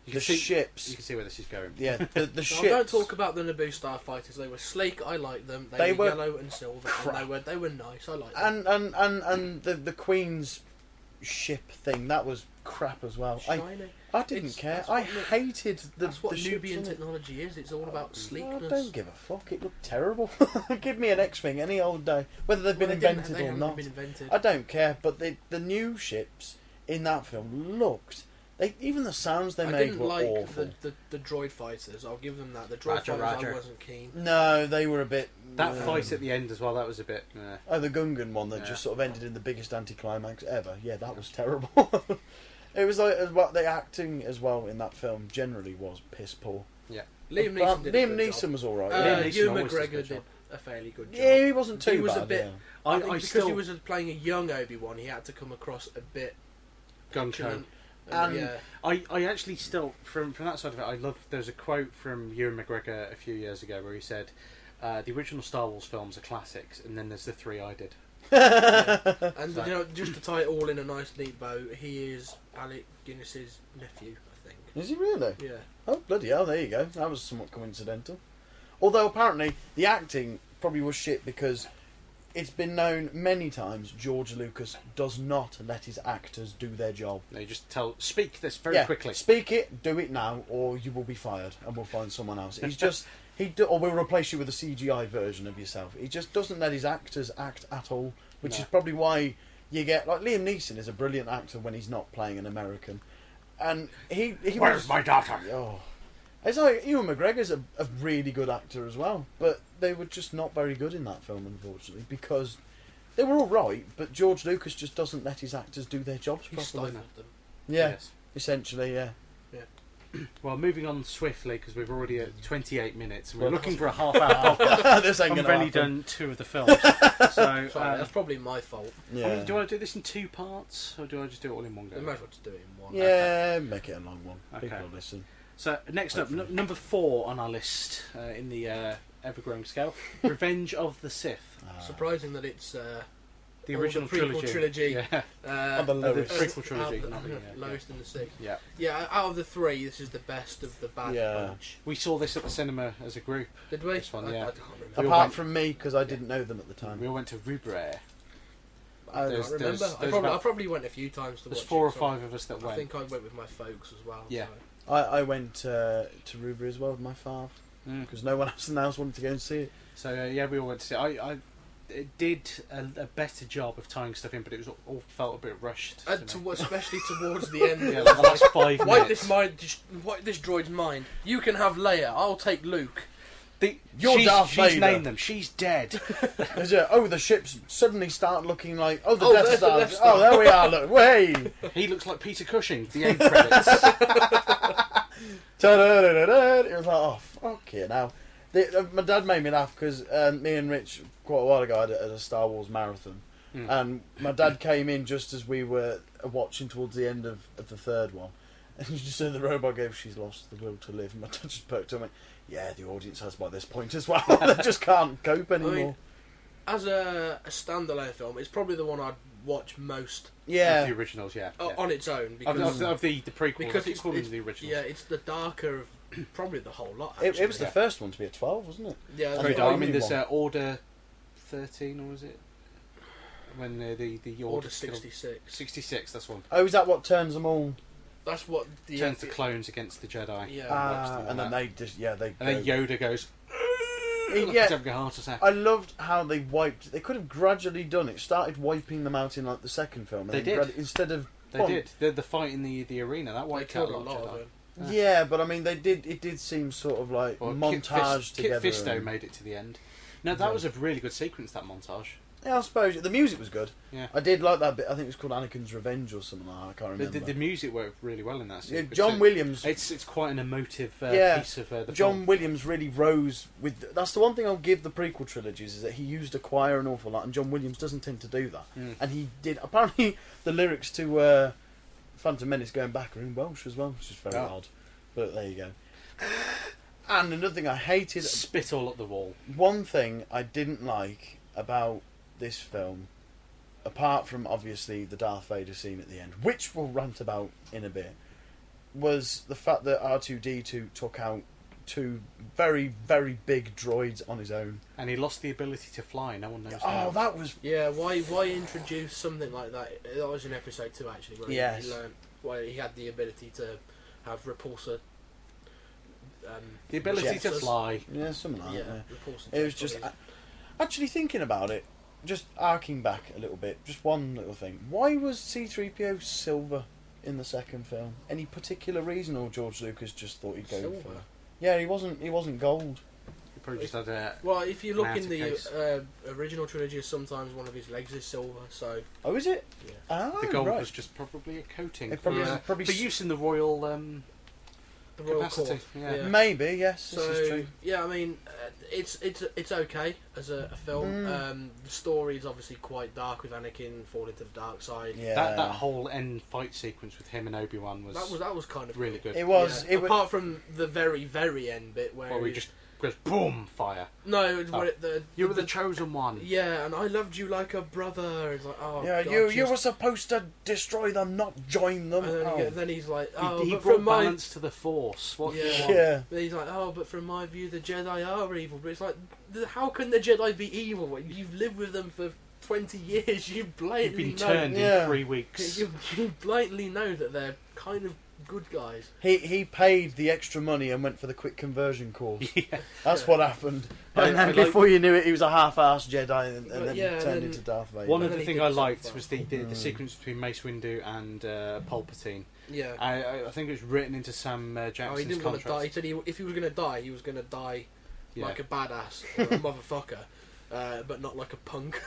you
the
can see,
ships.
You can see where this is going.
Yeah, the,
*laughs*
the
Now,
ships.
don't talk about the Naboo starfighters. They were sleek. I liked them. They,
They
were,
were
yellow and silver. And
crap.
they were they were nice. I liked them.
and and and and the the Queen's ship thing that was crap as well. I
Shiny.
I didn't
It's-
care.
that's
I
what nu-
hated the
That's what
the
Nubian
ships in it. Mm.
technology is. It's all about
I
sleekness.
don't give a fuck. It looked terrible. *laughs* give me an X-wing any old day, whether they've been
Well, they didn't-
invented
they
or
haven't
not.
Been invented.
I don't care. But the the new ships in that film looked. They even the sounds they
I
made
didn't
were
like
awful.
The, the, the droid fighters. I'll give them that. The droid
Roger,
fighters
roger.
I wasn't keen.
No, they were a bit.
That
um,
fight at the end as well. That was a bit. Uh,
Oh, the Gungan one that
Yeah.
just sort of ended in the biggest anticlimax ever. Yeah, that was terrible. *laughs* it was like as well, the acting as well in that film generally was piss poor.
Liam
But
Neeson did a
Liam
good
Neeson
job.
was all right.
Uh,
Liam
yeah.
Neeson
Ewan
always does a
McGregor
good
did
job.
a fairly good job.
yeah, he wasn't too
He was a
bad.
bit-
yeah.
I,
I
I,
think because
still
he was playing a young Obi Wan, he had to come across a bit.
gun
chillant.
And-
yeah,
I, I actually still from from that side of it I love there's a quote from Ewan McGregor a few years ago where he said uh, the original Star Wars films are classics and then there's the three I did uh,
yeah. and you know, just to tie it all in a nice neat bow, he is Alec Guinness's nephew, I think.
Is he really?
Yeah,
Oh bloody hell! There you go. That was somewhat coincidental. Although apparently the acting probably was shit because it's been known many times George Lucas does not let his actors do their job.
they just tell speak this very
Yeah,
quickly
Speak it, do it now, or you will be fired, and we'll find someone else. He's just he, do, or we'll replace you with a CGI version of yourself. He just doesn't let his actors act at all, which
No.
is probably why you get like Liam Neeson is a brilliant actor when he's not playing an American, and he he was,
where's my daughter
oh. It's like Ewan McGregor's a, a really good actor as well, but they were just not very good in that film, unfortunately, because they were all right, but George Lucas just doesn't let his actors do their jobs
he
properly.
stifled them.
Yeah,
Yes.
essentially, yeah.
Well, moving on swiftly because we've already at 28 minutes. and We're
Well-
looking for a half
*laughs*
hour. podcast.
*laughs* this ain't
I've
gonna
only
happen.
done two of the films. So,
Sorry,
uh,
that's probably my fault.
Yeah,
I mean, do I do this in two parts or do I just do it all in one
I might
go?
as well just do it in one.
yeah, make it a long one.
Okay.
People will listen.
So next up, n- number four on our list uh, in the uh, ever-growing scale:
*laughs*
Revenge of the Sith,
Ah.
Surprising that it's uh,
the
Or the
original
prequel
trilogy.
trilogy.
Yeah,
uh,
*laughs*
the
the
lowest.
prequel trilogy.
out the-
not the, yeah,
lowest in the six.
yeah.
Yeah, out of the three, this is the best of the bad
Yeah.
bunch.
We saw this at the cinema as a group.
Did we?
This one,
I,
yeah.
I can't remember.
We all
Apart
went-
from me, because I didn't know them at the
We
time.
all went to Rubrair.
I
There's-
can't remember.
there's-
I,
there's
probably,
about-
I probably went a few times to
There's
watch
four
it,
or
so
five of us that
I
went.
think I went with my folks as well.
Yeah.
so-
I, I went uh, to Ruby as well with my father
Mm.
because no one *laughs* else in the house wanted to go and see it.
So uh, yeah, we all went to see. it. I, I it did a, a better job of tying stuff in, but it was all- all felt a bit rushed. to
And
me.
Uh, to, especially towards
*laughs*
the end.
yeah, like the
*laughs*
last five
Wipe
minutes.
this mind, just wipe this droid's mind. You can have Leia. I'll take Luke.
The,
You're
she's,
Darth
she's
Vader.
named them. She's dead.
Is it, oh, the ships suddenly start looking like oh the
Oh,
Death
there's the
Star.
Death Star.
Oh, there we are.
*laughs*
Look, way.
he looks like Peter Cushing. The end credits.
Ta-da-da-da-da. It was like, oh, fuck it now. The, uh, my dad made me laugh because um, me and Rich, quite a while ago, had a, had a Star Wars marathon. And my dad came in just as we were watching towards the end of, of the third one. *laughs* And he just said, the robot goes, she's lost the will to live. And my dad just poked him and went, yeah, the audience has by this point as well. *laughs* they just can't cope anymore.
as a, a standalone film, it's probably the one I'd watch most
Of
yeah.
the originals, yeah.
uh,
yeah.
on its own
Of, of,
because
of the the prequel.
because it's,
called
it's-
the originals.
Yeah, it's the darker of *clears throat* probably the whole lot.
It,
Actually.
it was the
Yeah.
first one to be a 12, wasn't it?
yeah,
Very
the-
Very
the
dark. I
only
mean, there's
one.
uh, Order 13, or was it? When uh, the, the Order,
Order sixty six.
66, that's one.
Oh, is that what turns them all?
That's what the
Turns the clones against the Jedi.
Yeah.
works
Ah,
them
and
all
then
out.
they just, yeah, they
And then
go-
Yoda goes, like *laughs*
yeah.
he's having a heart attack.
I loved how they wiped. They could have gradually done it. Started wiping them out in like the second film. and
They
then
did.
grad- instead of
they
Well,
did. The, the fight in the, the arena, that
They
wiped out
killed
a
a
lot
lot of
of Jedi.
them.
Yeah.
Yeah, but I mean, they did. It did seem sort of like
Well,
montage
Kit Fist,
together.
Kit Fisto
and-
made it to the end. No, that
Yeah.
was a really good sequence, that montage.
yeah, I suppose the music was good.
Yeah.
I did like that bit. I think it was called Anakin's Revenge or something. Like that. I can't
The,
remember.
the, the music worked really well in that
yeah,
sequence.
John
too.
Williams.
It's, it's quite an emotive uh,
Yeah.
piece of uh, the
John
film.
Williams really rose with. That's the one thing I'll give the prequel trilogies is that he used a choir an awful lot, and John Williams doesn't tend to do that.
Mm.
And he did. Apparently, *laughs* the lyrics to uh, Phantom Menace going back are in Welsh as well, which is very
Oh.
odd. But there you go. *sighs* And another thing I hated.
Spit all up the wall.
One thing I didn't like about this film, apart from obviously the Darth Vader scene at the end, which we'll rant about in a bit, was the fact that R two D two took out two very very big droids on his own.
And he lost the ability to fly. No one knows how.
Oh, that was
Yeah, why why introduce something like that? That was in episode two actually, where he-
Yes.
he learned where he had the ability to have repulsor. Um,
The ability to
Jetsons.
fly.
yeah, something like
yeah,
that.
repulsor.
It was
jets,
just
what is
actually thinking about it, just arcing back a little bit, just one little thing. Why was C three PO silver in the second film? Any particular reason, or George Lucas just thought he'd go for?
Silver.
Yeah, he wasn't. He wasn't gold.
He probably just had a.
Well, if you look
Mounted
in
case.
the uh, original trilogy, sometimes one of his legs is silver. So
Oh, is it?
Yeah.
Oh,
The gold
right.
was just probably a coating.
It probably
for,
was-
uh,
probably
for
s-
use in the royal. Um,
the royal
Capacity,
court.
yeah.
Maybe yes. this is
So
true.
yeah, I mean, uh, it's it's it's okay as a, a film.
Mm.
Um, the story is obviously quite dark with Anakin falling to the dark side.
Yeah.
that, that whole end fight sequence with him and Obi Wan was,
That was that was kind of
really good.
it was.
Yeah.
It was.
apart from the very very end bit where,
Where we
he-
just goes boom fire.
no, it's
Oh.
where it- the,
You were the chosen one.
yeah, and I loved you like a brother. It's like oh
yeah,
God,
you you
she's-
were supposed to destroy them, not join them.
And then,
Oh.
he- then he's like oh,
he, he
but
brought
from my
balance to the force. What do you
Yeah.
want?
Yeah.
But he's like, oh, but from my view, the Jedi are evil. But it's like, th- how can the Jedi be evil when you've lived with them for twenty years? *laughs* You
You've
blatantly
been
know,
turned
Yeah.
in three weeks.
*laughs* You, you blatantly know that they're kind of good guys.
He he paid the extra money and went for the quick conversion course.
*laughs* yeah.
That's what happened.
I-
And then
I like-
before you knew it, he was a half-assed Jedi and,
But
and then
yeah,
turned
then-
into Darth Vader.
One
Yeah.
other
Really
thing
good
I
so
liked
far.
was the, the,
Mm.
the sequence between Mace Windu and uh, Palpatine.
Yeah.
I, I, I think it was written into Sam uh,
Oh,
Jackson's
he didn't want to
contract.
die. He said he, if he was going to die, he was going to die
Yeah.
like a badass,
*laughs*
or a motherfucker, uh, but not like a punk.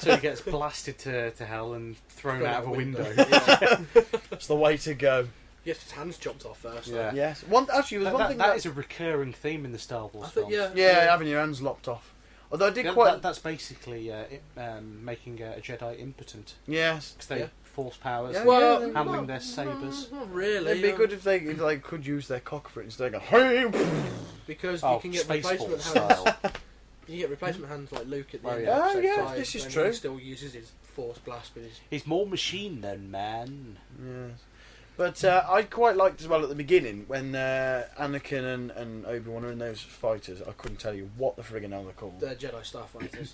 so he gets blasted to, to hell and thrown, out
*laughs*
of a window.
yeah.
It's the way to go.
Gets his hands chopped off first.
Yeah.
Yes. One actually it was
That-
one
that-
thing
that is a recurring theme in the Star
I
Wars
think,
films.
yeah.
yeah, having your hands lopped off. Although I did
Yeah,
quite.
that- that's basically uh, i- um, making a, a Jedi impotent
yes.
because they
Yeah.
force powers.
Yeah,
and
Well,
yeah,
handling
not-
their sabers.
Not really.
It'd be
um,
good if they if they could use their cock for it instead of going. Hey!
because
oh,
you can get
Spaceball
replacement hands.
style.
You get replacement hands like Luke at the
Oh,
end.
yeah.
of
Oh,
episode
yeah,
five,
this is
when
true.
He still uses his force blast with his.
He's more machine than man.
Yes. But uh, I quite liked as well at the beginning when uh, Anakin and, and Obi Wan are in those fighters. I couldn't tell you what the friggin' hell they're called.
The uh, Jedi
*clears throat*
Starfighters.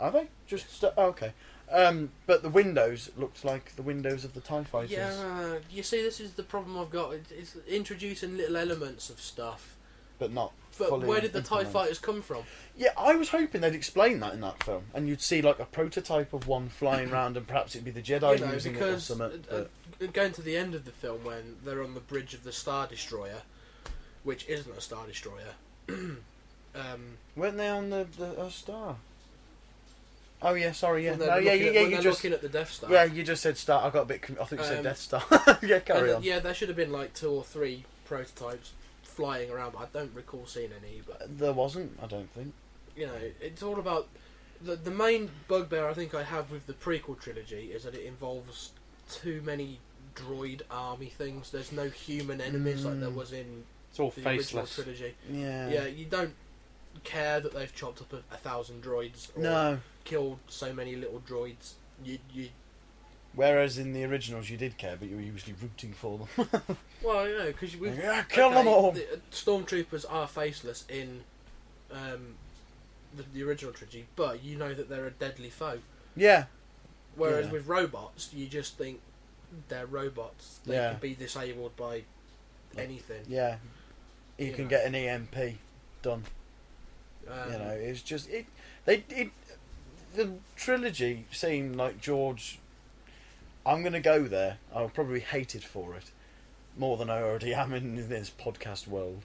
Are they just st- oh, okay? Um, but the windows looked like the windows of the Tie Fighters.
Yeah, uh, you see, this is the problem I've got. It- It's introducing little elements of stuff.
but not.
But
fully
where did the TIE
implemented.
fighters come from?
Yeah, I was hoping they'd explain that in that film, and you'd see like a prototype of one
*coughs*
flying round, and perhaps it'd be the Jedi
you know,
using it or
because
something.
uh,
But
uh, going to the end of the film when *clears throat* they're on the bridge of the Star Destroyer, which isn't a Star Destroyer, um,
Weren't they on the, the uh, star? Oh yeah, sorry, yeah.
when they're
No, yeah,
looking
you,
at-
yeah,
when
you
they're
just
looking at the Death Star.
yeah, you just said star. I got a bit. Con- I thought you said
Um,
Death Star. *laughs* yeah, carry
And, uh,
on.
yeah, there should have been like two or three prototypes flying around, but I don't recall seeing any. But
There wasn't, I don't think.
you know, it's all about the the main bugbear I think I have with the prequel trilogy is that it involves too many droid army things. There's no human enemies like there
Mm.
was in
It's all
the original
faceless.
trilogy.
Yeah.
Yeah, you don't care that they've chopped up a, a thousand droids or
No.
killed so many little droids. You you
Whereas in the originals, you did care, but you were usually rooting for them.
well, you know, because we've
*laughs* yeah, kill them
Okay,
all.
The, uh, stormtroopers are faceless in um, the, the original trilogy, but you know that they're a deadly foe.
yeah.
Whereas
Yeah.
with robots, you just think they're robots. They
Yeah.
can be disabled by anything.
Yeah. You
You
can
know.
get an EMP done.
Um,
you know, it's just it. They it. The trilogy seemed like George. I'm going to go there. I'll probably be hated for it more than I already *laughs* am in this podcast world.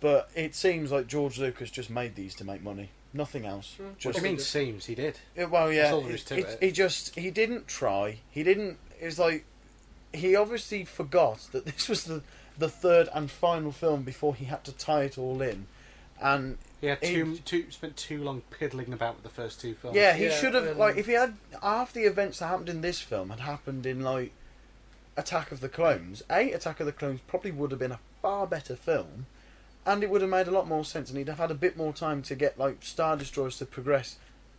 But it seems like George Lucas just made these to make money. Nothing else.
Mm.
What
Just
do you mean seems? He did.
yeah, well, yeah.
That's all there is
it-
to
it-
it.
He just he didn't try. He didn't. It's like he obviously forgot that this was the the third and final film before he had to tie it all in, and
He had
He-
too, too spent too long piddling about with the first two films.
yeah, he
Yeah,
should have
um,
like if he had half the events that happened in this film had happened in like Attack of the Clones. A Attack of the Clones probably would have been a far better film, and it would have made a lot more sense, and he'd have had a bit more time to get like Star Destroyers to progress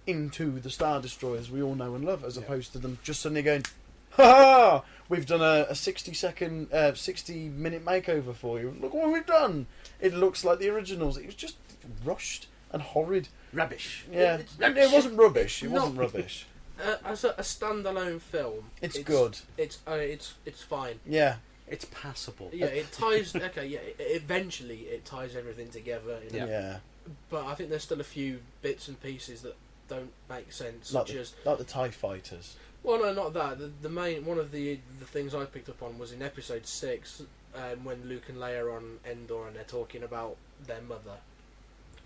into the Star Destroyers we all know and love, as
Yeah.
opposed to them just suddenly going, ha ha, we've done a, a sixty second, uh, sixty minute makeover for you. Look what we've done. It looks like the originals. It was just rushed and horrid.
rubbish.
Yeah,
It's
it,
rubbish.
wasn't rubbish. It
No.
wasn't rubbish.
uh, as a, a standalone film,
*laughs* It's, good.
It's uh, it's it's fine.
Yeah,
It's passable.
Yeah, it ties. okay, yeah. It, eventually, it ties everything together. You know?
yeah.
Yeah.
But I think there's still a few bits and pieces that don't make sense,
Like,
such
the,
as
like the Tie Fighters.
Well, no, not that. The, the main one of the the things I picked up on was in episode six um, when Luke and Leia are on Endor and they're talking about their mother.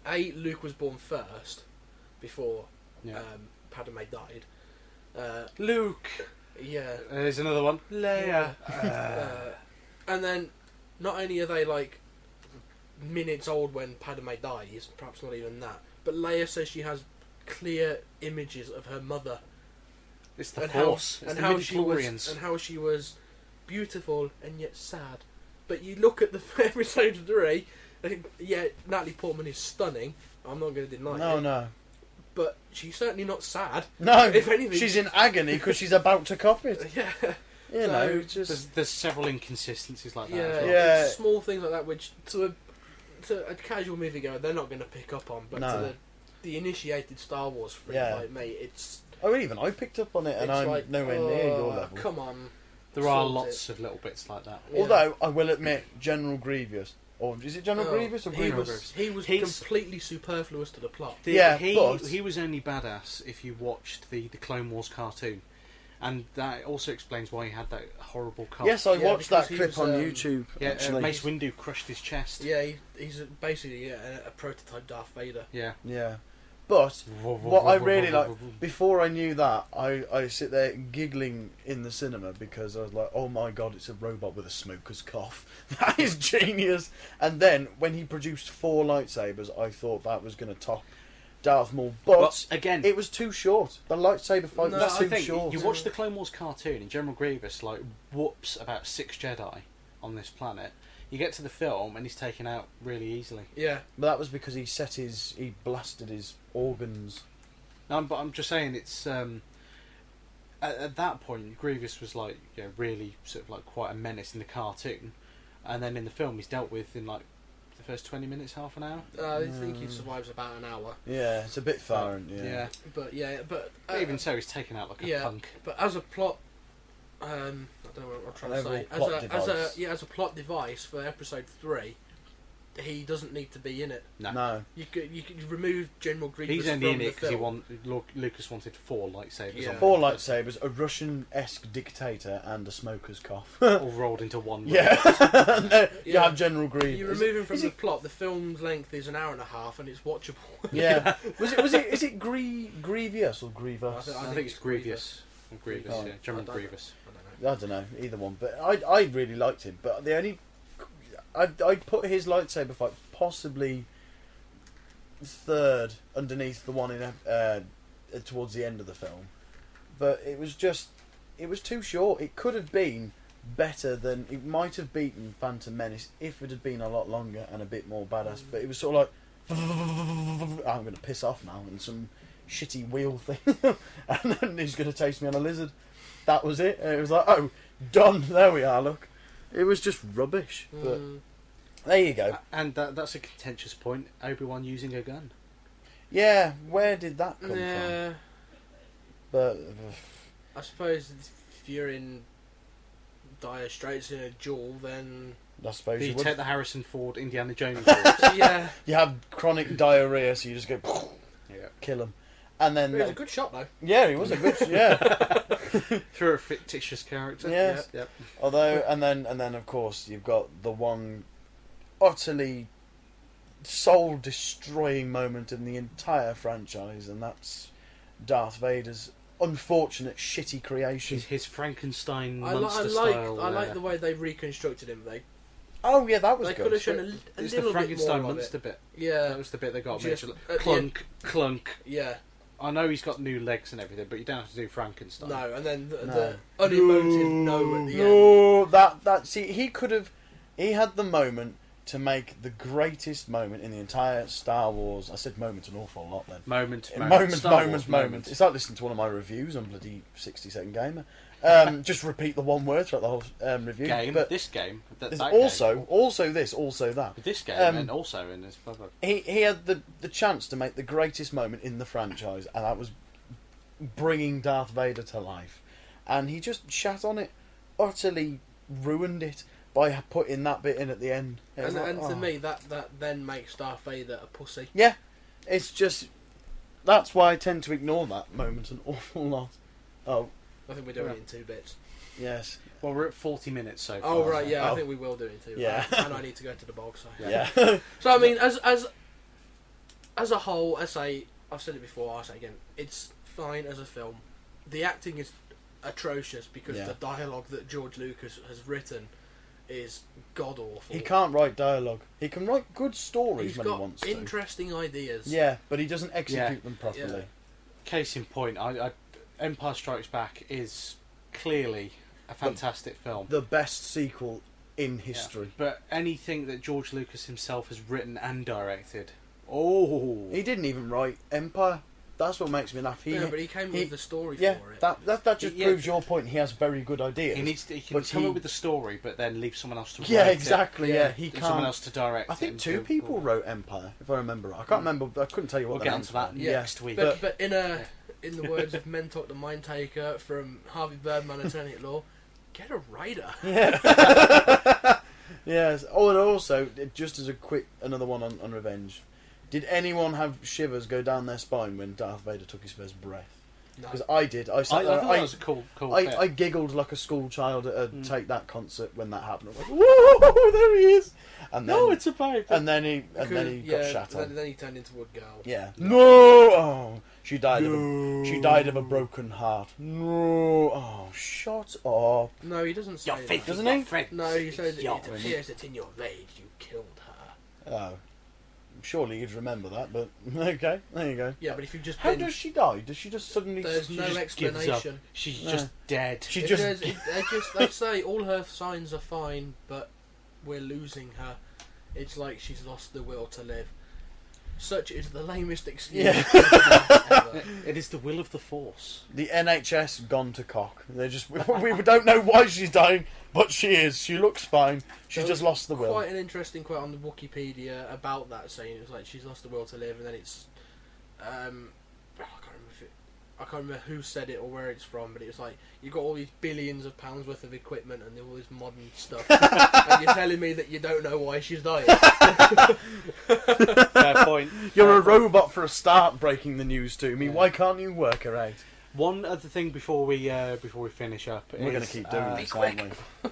A Luke was born first, before
Yeah.
um, Padme died. Uh,
Luke.
yeah,
Uh, There's another one. Leia.
*laughs* uh, and then not only are they like minutes old when Padme dies, perhaps not even that, but Leia says she has clear images of her mother
It's the
and
Force.
how
it's
and
the
how she was
midichlorians.
and how she was beautiful and yet sad. But you look at the *laughs* episode three, and yeah, Natalie Portman is stunning. I'm not going to deny
No,
it,
no,
but she's certainly not sad.
no.
*laughs* If anything-
she's in agony because she's about to cop
*laughs*
it.
Yeah,
You
So,
know, it's
There's,
just
there's several inconsistencies like that.
yeah,
As well.
Yeah.
it's small things like that which to a to a casual moviegoer they're not going to pick up on, but
No.
to the the initiated Star Wars freak
Yeah.
like me, it's
oh, even I picked up on it, and
it's
I'm
like,
nowhere
oh,
near your level.
Come on,
There are
Sort
lots of little bits like that.
yeah.
Although I will admit, General Grievous, or is it General
Oh,
Grievous or
he
Grievous?
was he was
He's-
completely superfluous to the plot.
The-
Yeah,
he,
but-
he was only badass if you watched the, the Clone Wars cartoon, and that also explains why he had that horrible car.
Yes, I
Yeah,
watched
because
that
he
clip
was,
on
um,
YouTube.
yeah. Uh,
actually.
Mace Windu crushed his chest.
Yeah, he, he's basically a, a prototype Darth Vader.
yeah.
yeah, but What I really like before I knew that, I, I sit there giggling in the cinema because I was like, "Oh my god, it's a robot with a smoker's cough. *laughs* That is genius!" And then when he produced four lightsabers, I thought that was going to top Darth Maul, but
Well, again,
it was too short. The lightsaber fight
No,
was
that's
too
the thing.
short.
You watch the Clone Wars cartoon, and General Grievous like whoops about six Jedi on this planet. You get to the film, and he's taken out really easily.
Yeah,
but that was because he set his he blasted his organs.
No, I'm- but I'm just saying it's um, at, at that point Grievous was like you know, really sort of like quite a menace in the cartoon, and then in the film he's dealt with in like the first twenty minutes, half an hour.
uh, I think
Mm.
he survives about an hour.
Yeah, it's a bit far. isn't it?
Yeah,
But yeah, but
But even so, he's taken out like a
Uh, yeah.
punk.
But as a plot, um, I don't know what I'm trying
An
to
overall
say. As
plot
a, as a
device.
yeah, as a plot device for episode three, he doesn't need to be in it.
No.
No.
You could you could remove General Grievous
He's
from
only in
the
it because he
film.
want, Lu- Lucas wanted four lightsabers
Yeah.
on
Four lightsabers, a Russian esque dictator, and a smoker's cough. *laughs*
all rolled into one.
yeah. *laughs* No, You
Yeah.
have General Grievous.
You remove him from
Is
the
it-
plot. The film's length is an hour and a half, and it's watchable. *laughs*
Yeah. was it? Was it? Is it Grie- Grievous or Grievous?
I, think it's Grievous. Grievous,
Oh.
yeah. General
I don't-
Grievous.
I don't know.
I don't know either one, but I I really liked him. But the only I'd, I'd put his lightsaber fight possibly third underneath the one in uh, towards the end of the film, but it was just it was too short. It could have been better than it might have beaten Phantom Menace if it had been a lot longer and a bit more badass. But it was sort of like *laughs* I'm gonna piss off now and some shitty wheel thing, *laughs* and then he's gonna chase me on a lizard. That was it. And it was like oh done. There we are. Look. It was just rubbish. But
Mm.
there you go.
And that, that's a contentious point. Obi Wan using a gun.
Yeah, where did that come from?
yeah,
But
Mm,
uh,
I suppose if you're in dire straits in a duel,
*laughs*
then
I suppose
You
you, would.
take the Harrison Ford Indiana
*laughs*
Jones. route.
yeah,
you have chronic diarrhea, so you just go *laughs*
yeah.
kill him, and then uh,
it was a good shot though.
yeah, he was a good yeah.
Through a fictitious character.
Yes.
Yep.
Although, and then and then of course you've got the one utterly soul destroying moment in the entire franchise, and that's Darth Vader's unfortunate shitty creation.
*laughs*
His, his Frankenstein
I, li- I
monster
like
style.
I like
uh,
the way they reconstructed him. They
Oh yeah, that was
they
good.
could have shown a, li- a
It's the
little bit more
Frankenstein
of
monster
it.
bit. That
Yeah,
was the bit that got me.
Just
It's like,
at the
Clunk, clunk.
yeah.
I know he's got new legs and everything, but you don't have to do Frankenstein.
No, and then the,
No.
the unemotive no at the end.
no, that that see, he could have, he had the moment to make the greatest moment in the entire Star Wars. I said moment an awful lot then.
Moment, moment,
Moment,
Star Wars
moment,
moment.
moment. It's like listening to one of my reviews on bloody sixty second gamer. Um, *laughs* just repeat the one word throughout the whole um, review.
Game,
but
this game, that,
there's
that
also,
game,
also this, also that.
this game,
um,
and also in this. Blah, blah.
He he had the the chance to make the greatest moment in the franchise, and that was bringing Darth Vader to life, and he just shat on it, utterly ruined it by putting that bit in at the end. It was
And,
like,
and to
oh.
me, that, that then makes Darth Vader a pussy.
yeah, it's just that's why I tend to ignore that moment an awful lot. Oh
I think we're doing
Yeah.
it in two bits.
yes,
Well, we're at 40 minutes so far.
Oh right, yeah,
Oh.
I think we will do it in two.
Yeah.
and I need to go to the bog. So
yeah,
So I mean, as as as a whole, I say I've said it before. I say again, it's fine as a film. The acting is atrocious because
Yeah.
the dialogue that George Lucas has written is god awful.
he can't write dialogue. He can write good stories
He's
when he
got
wants to.
interesting ideas.
Yeah, but he doesn't execute
Yeah.
them properly.
Case in point, I, I, Empire Strikes Back is clearly a fantastic film.
The best sequel in history.
But anything that George Lucas himself has written and directed. Oh.
He didn't even write Empire. That's what makes me laugh. He,
Yeah, but he came
he-
with the story
yeah,
for it.
that that that just
Yeah.
proves your point. He has very good ideas.
He needs to, he can
But
come
he-
up with the story, but then leave someone else to write
yeah,
it,
exactly. Yeah,
Yeah.
he
and someone
can't.
else to direct.
I
it
think
and
two
build-
people wrote Empire, if I remember. right. I can't remember. I couldn't tell you what.
We'll
the
get
names
onto that
were.
yeah.
next week.
But, but in a in the words of Mentor the Mind Taker from Harvey Birdman, Attorney at Law, get a *laughs* writer.
*laughs* Yes. Oh, and also, just as a quick another one on, on revenge. Did anyone have shivers go down their spine when Darth Vader took his first breath?
No.
Because I did. I
I, I
sat there.
thought that was a cool, cool
I,
bit. Hmm.
I giggled like a school child at a Take That concert when that happened. I
*laughs*
was like, whoa, there he is! And then,
no, it's a babe.
and then he and then he
yeah,
got shat on.
then, then he turned into Wood Girl.
Yeah. No. Oh, she died. Of
No.
a, she died of a broken heart. No. Oh, shut up.
No, he doesn't say
Your
that.
faith is
Doesn't
not
he?
friend.
No, you said
It's
it
your
appears that in your rage you killed her.
Oh, surely you'd remember that. But *laughs* okay, there you go.
Yeah, but if you just
How
been,
does she die? Does she just suddenly?
there's
she
no
just-
gives up.
explanation.
She's
No.
just dead.
She
If
just.
there's- if they just they *laughs* say all her signs are fine, but we're losing her. It's like she's lost the will to live. Such is the lamest excuse.
Yeah. *laughs*
ever.
*laughs* It is the will of the Force.
The NHS gone to cock. They just *laughs* we, we don't know why she's dying, but she is. She looks fine. She's
There
just
was
lost the will.
Quite an interesting quote on the Wikipedia about that saying. It's like she's lost the will to live, and then it's um, I oh, can't remember if it I can't remember who said it or where it's from, but it was like you've got all these billions of pounds worth of equipment and all this modern
*laughs*
stuff, and you're telling me that you don't know why she's dying.
Fair *laughs* point.
You're
Fair
a
point.
robot for a start breaking the news to me. Why can't you work her out?
One other thing before we uh, before we finish up.
We're going
is,
to keep doing
uh,
this, aren't we?
Oh,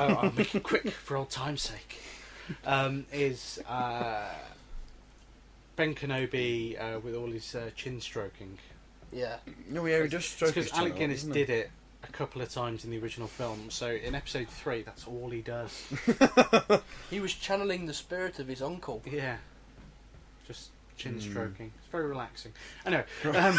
I'll, I'll make it quick for old time's sake. Um, is uh, Ben Kenobi uh, with all his uh, chin stroking?
yeah,
No, yeah, he does stroke
Because
his
Alec
channel,
Guinness
doesn't
did it a couple of times in the original film. So in Episode Three, that's all he
*laughs*
does.
he was channeling the spirit of his uncle.
*laughs* Yeah, just chin
Hmm.
stroking. It's very relaxing.
*laughs*
Anyway, um,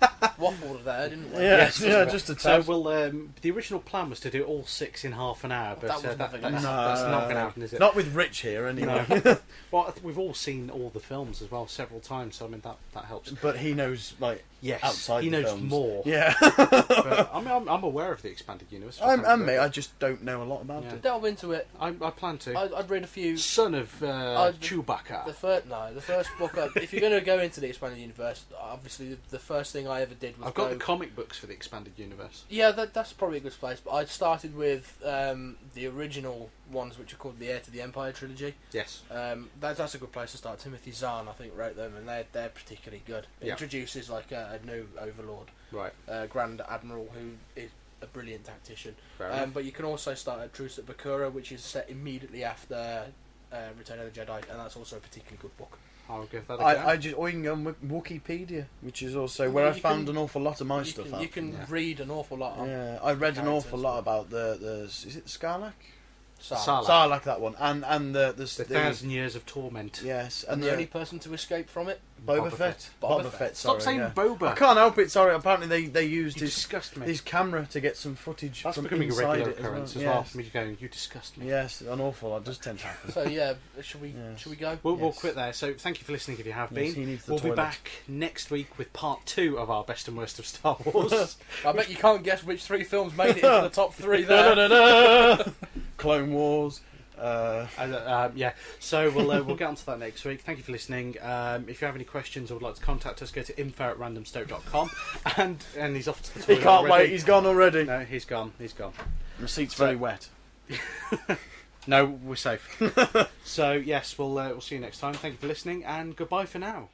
Waffled there, didn't
Yeah,
we?
Yes,
yeah, just a
so
tad.
well, um, the original plan was to do all six in half an hour, but
That was
uh, that,
never
that's,
gonna
that's not going to
No.
happen, is it?
Not with Rich here, *laughs* anyway.
No. *laughs* well, I th- we've all seen all the films as well several times, so I mean that that helps.
But he knows, like,
Yes,
outside
he
the
knows
films.
more. *laughs*
Yeah.
but, I mean, I'm, I'm aware of the expanded universe. just
I'm,
haven't
I'm
read
me.
it.
I just don't know a lot about
Yeah.
it.
Delve into it.
I, I plan to.
I, I'd read a few.
Son of uh,
the-
Chewbacca.
The first no, the first book. I, if you're going to go into the expanded universe, obviously the, the first thing I ever did was
I've got
go-
the comic books for the expanded universe.
Yeah, that, that's probably a good place. But I started with um, the original ones, which are called the Heir to the Empire trilogy.
Yes.
Um, that, that's a good place to start. Timothy Zahn, I think, wrote them, and they're they're particularly good. It
Yeah.
introduces like a, a new overlord,
Right.
uh, Grand Admiral, who is a brilliant tactician.
Fair
Um,
enough.
but you can also start at Truce at Bakura, which is set immediately after uh, Return of the Jedi, and that's also a particularly good book.
I'll give that a go.
I, I just, or you can go on Wik- Wikipedia, which is also where
Yeah,
I
you
found
can-
an awful lot of my
you
stuff.
can,
out.
you can
Yeah.
read an awful lot on
yeah, I read an
characters.
awful lot about the the is it Scarlac?
Sarlacc.
Sarlacc.
Sarlacc that one, and and the the,
the
the-
thousand years of torment.
yes,
And
and
the
the
only person to escape from it,
Boba,
Boba
Fett,
Boba
Boba,
Fett.
Fett.
Stop
Sorry,
saying
yeah. I
Boba.
can't help it. Sorry, apparently they they used
You
his
disgust me.
his camera to get some footage
That's
from
becoming a
inside
regular
it as well.
occurrence as well.
yes.
Me going, you disgust me.
Yes, an awful lot does tend to
*laughs*
happen.
so yeah, should we
Yes.
should we go?
We'll, we'll
Yes.
quit there. So thank you for listening. If you have
Yes,
been,
he needs the
we'll be
toilet.
back next week with part two of our best and worst of Star
*laughs*
Wars.
I bet you can't guess which three films made it into the top three there.
*laughs* Clone Wars. Uh,
And, uh, um, yeah. So we'll uh, we'll get onto that next week. Thank you for listening. Um, if you have any questions or would like to contact us, go to info at randomstoke.com. And and he's off to the
he
toilet.
can't wait.
already.
He's gone already.
No, he's gone. He's gone.
The seat's very wet. *laughs*
No, we're safe. so yes, we'll uh, we'll see you next time. Thank you for listening, and goodbye for now.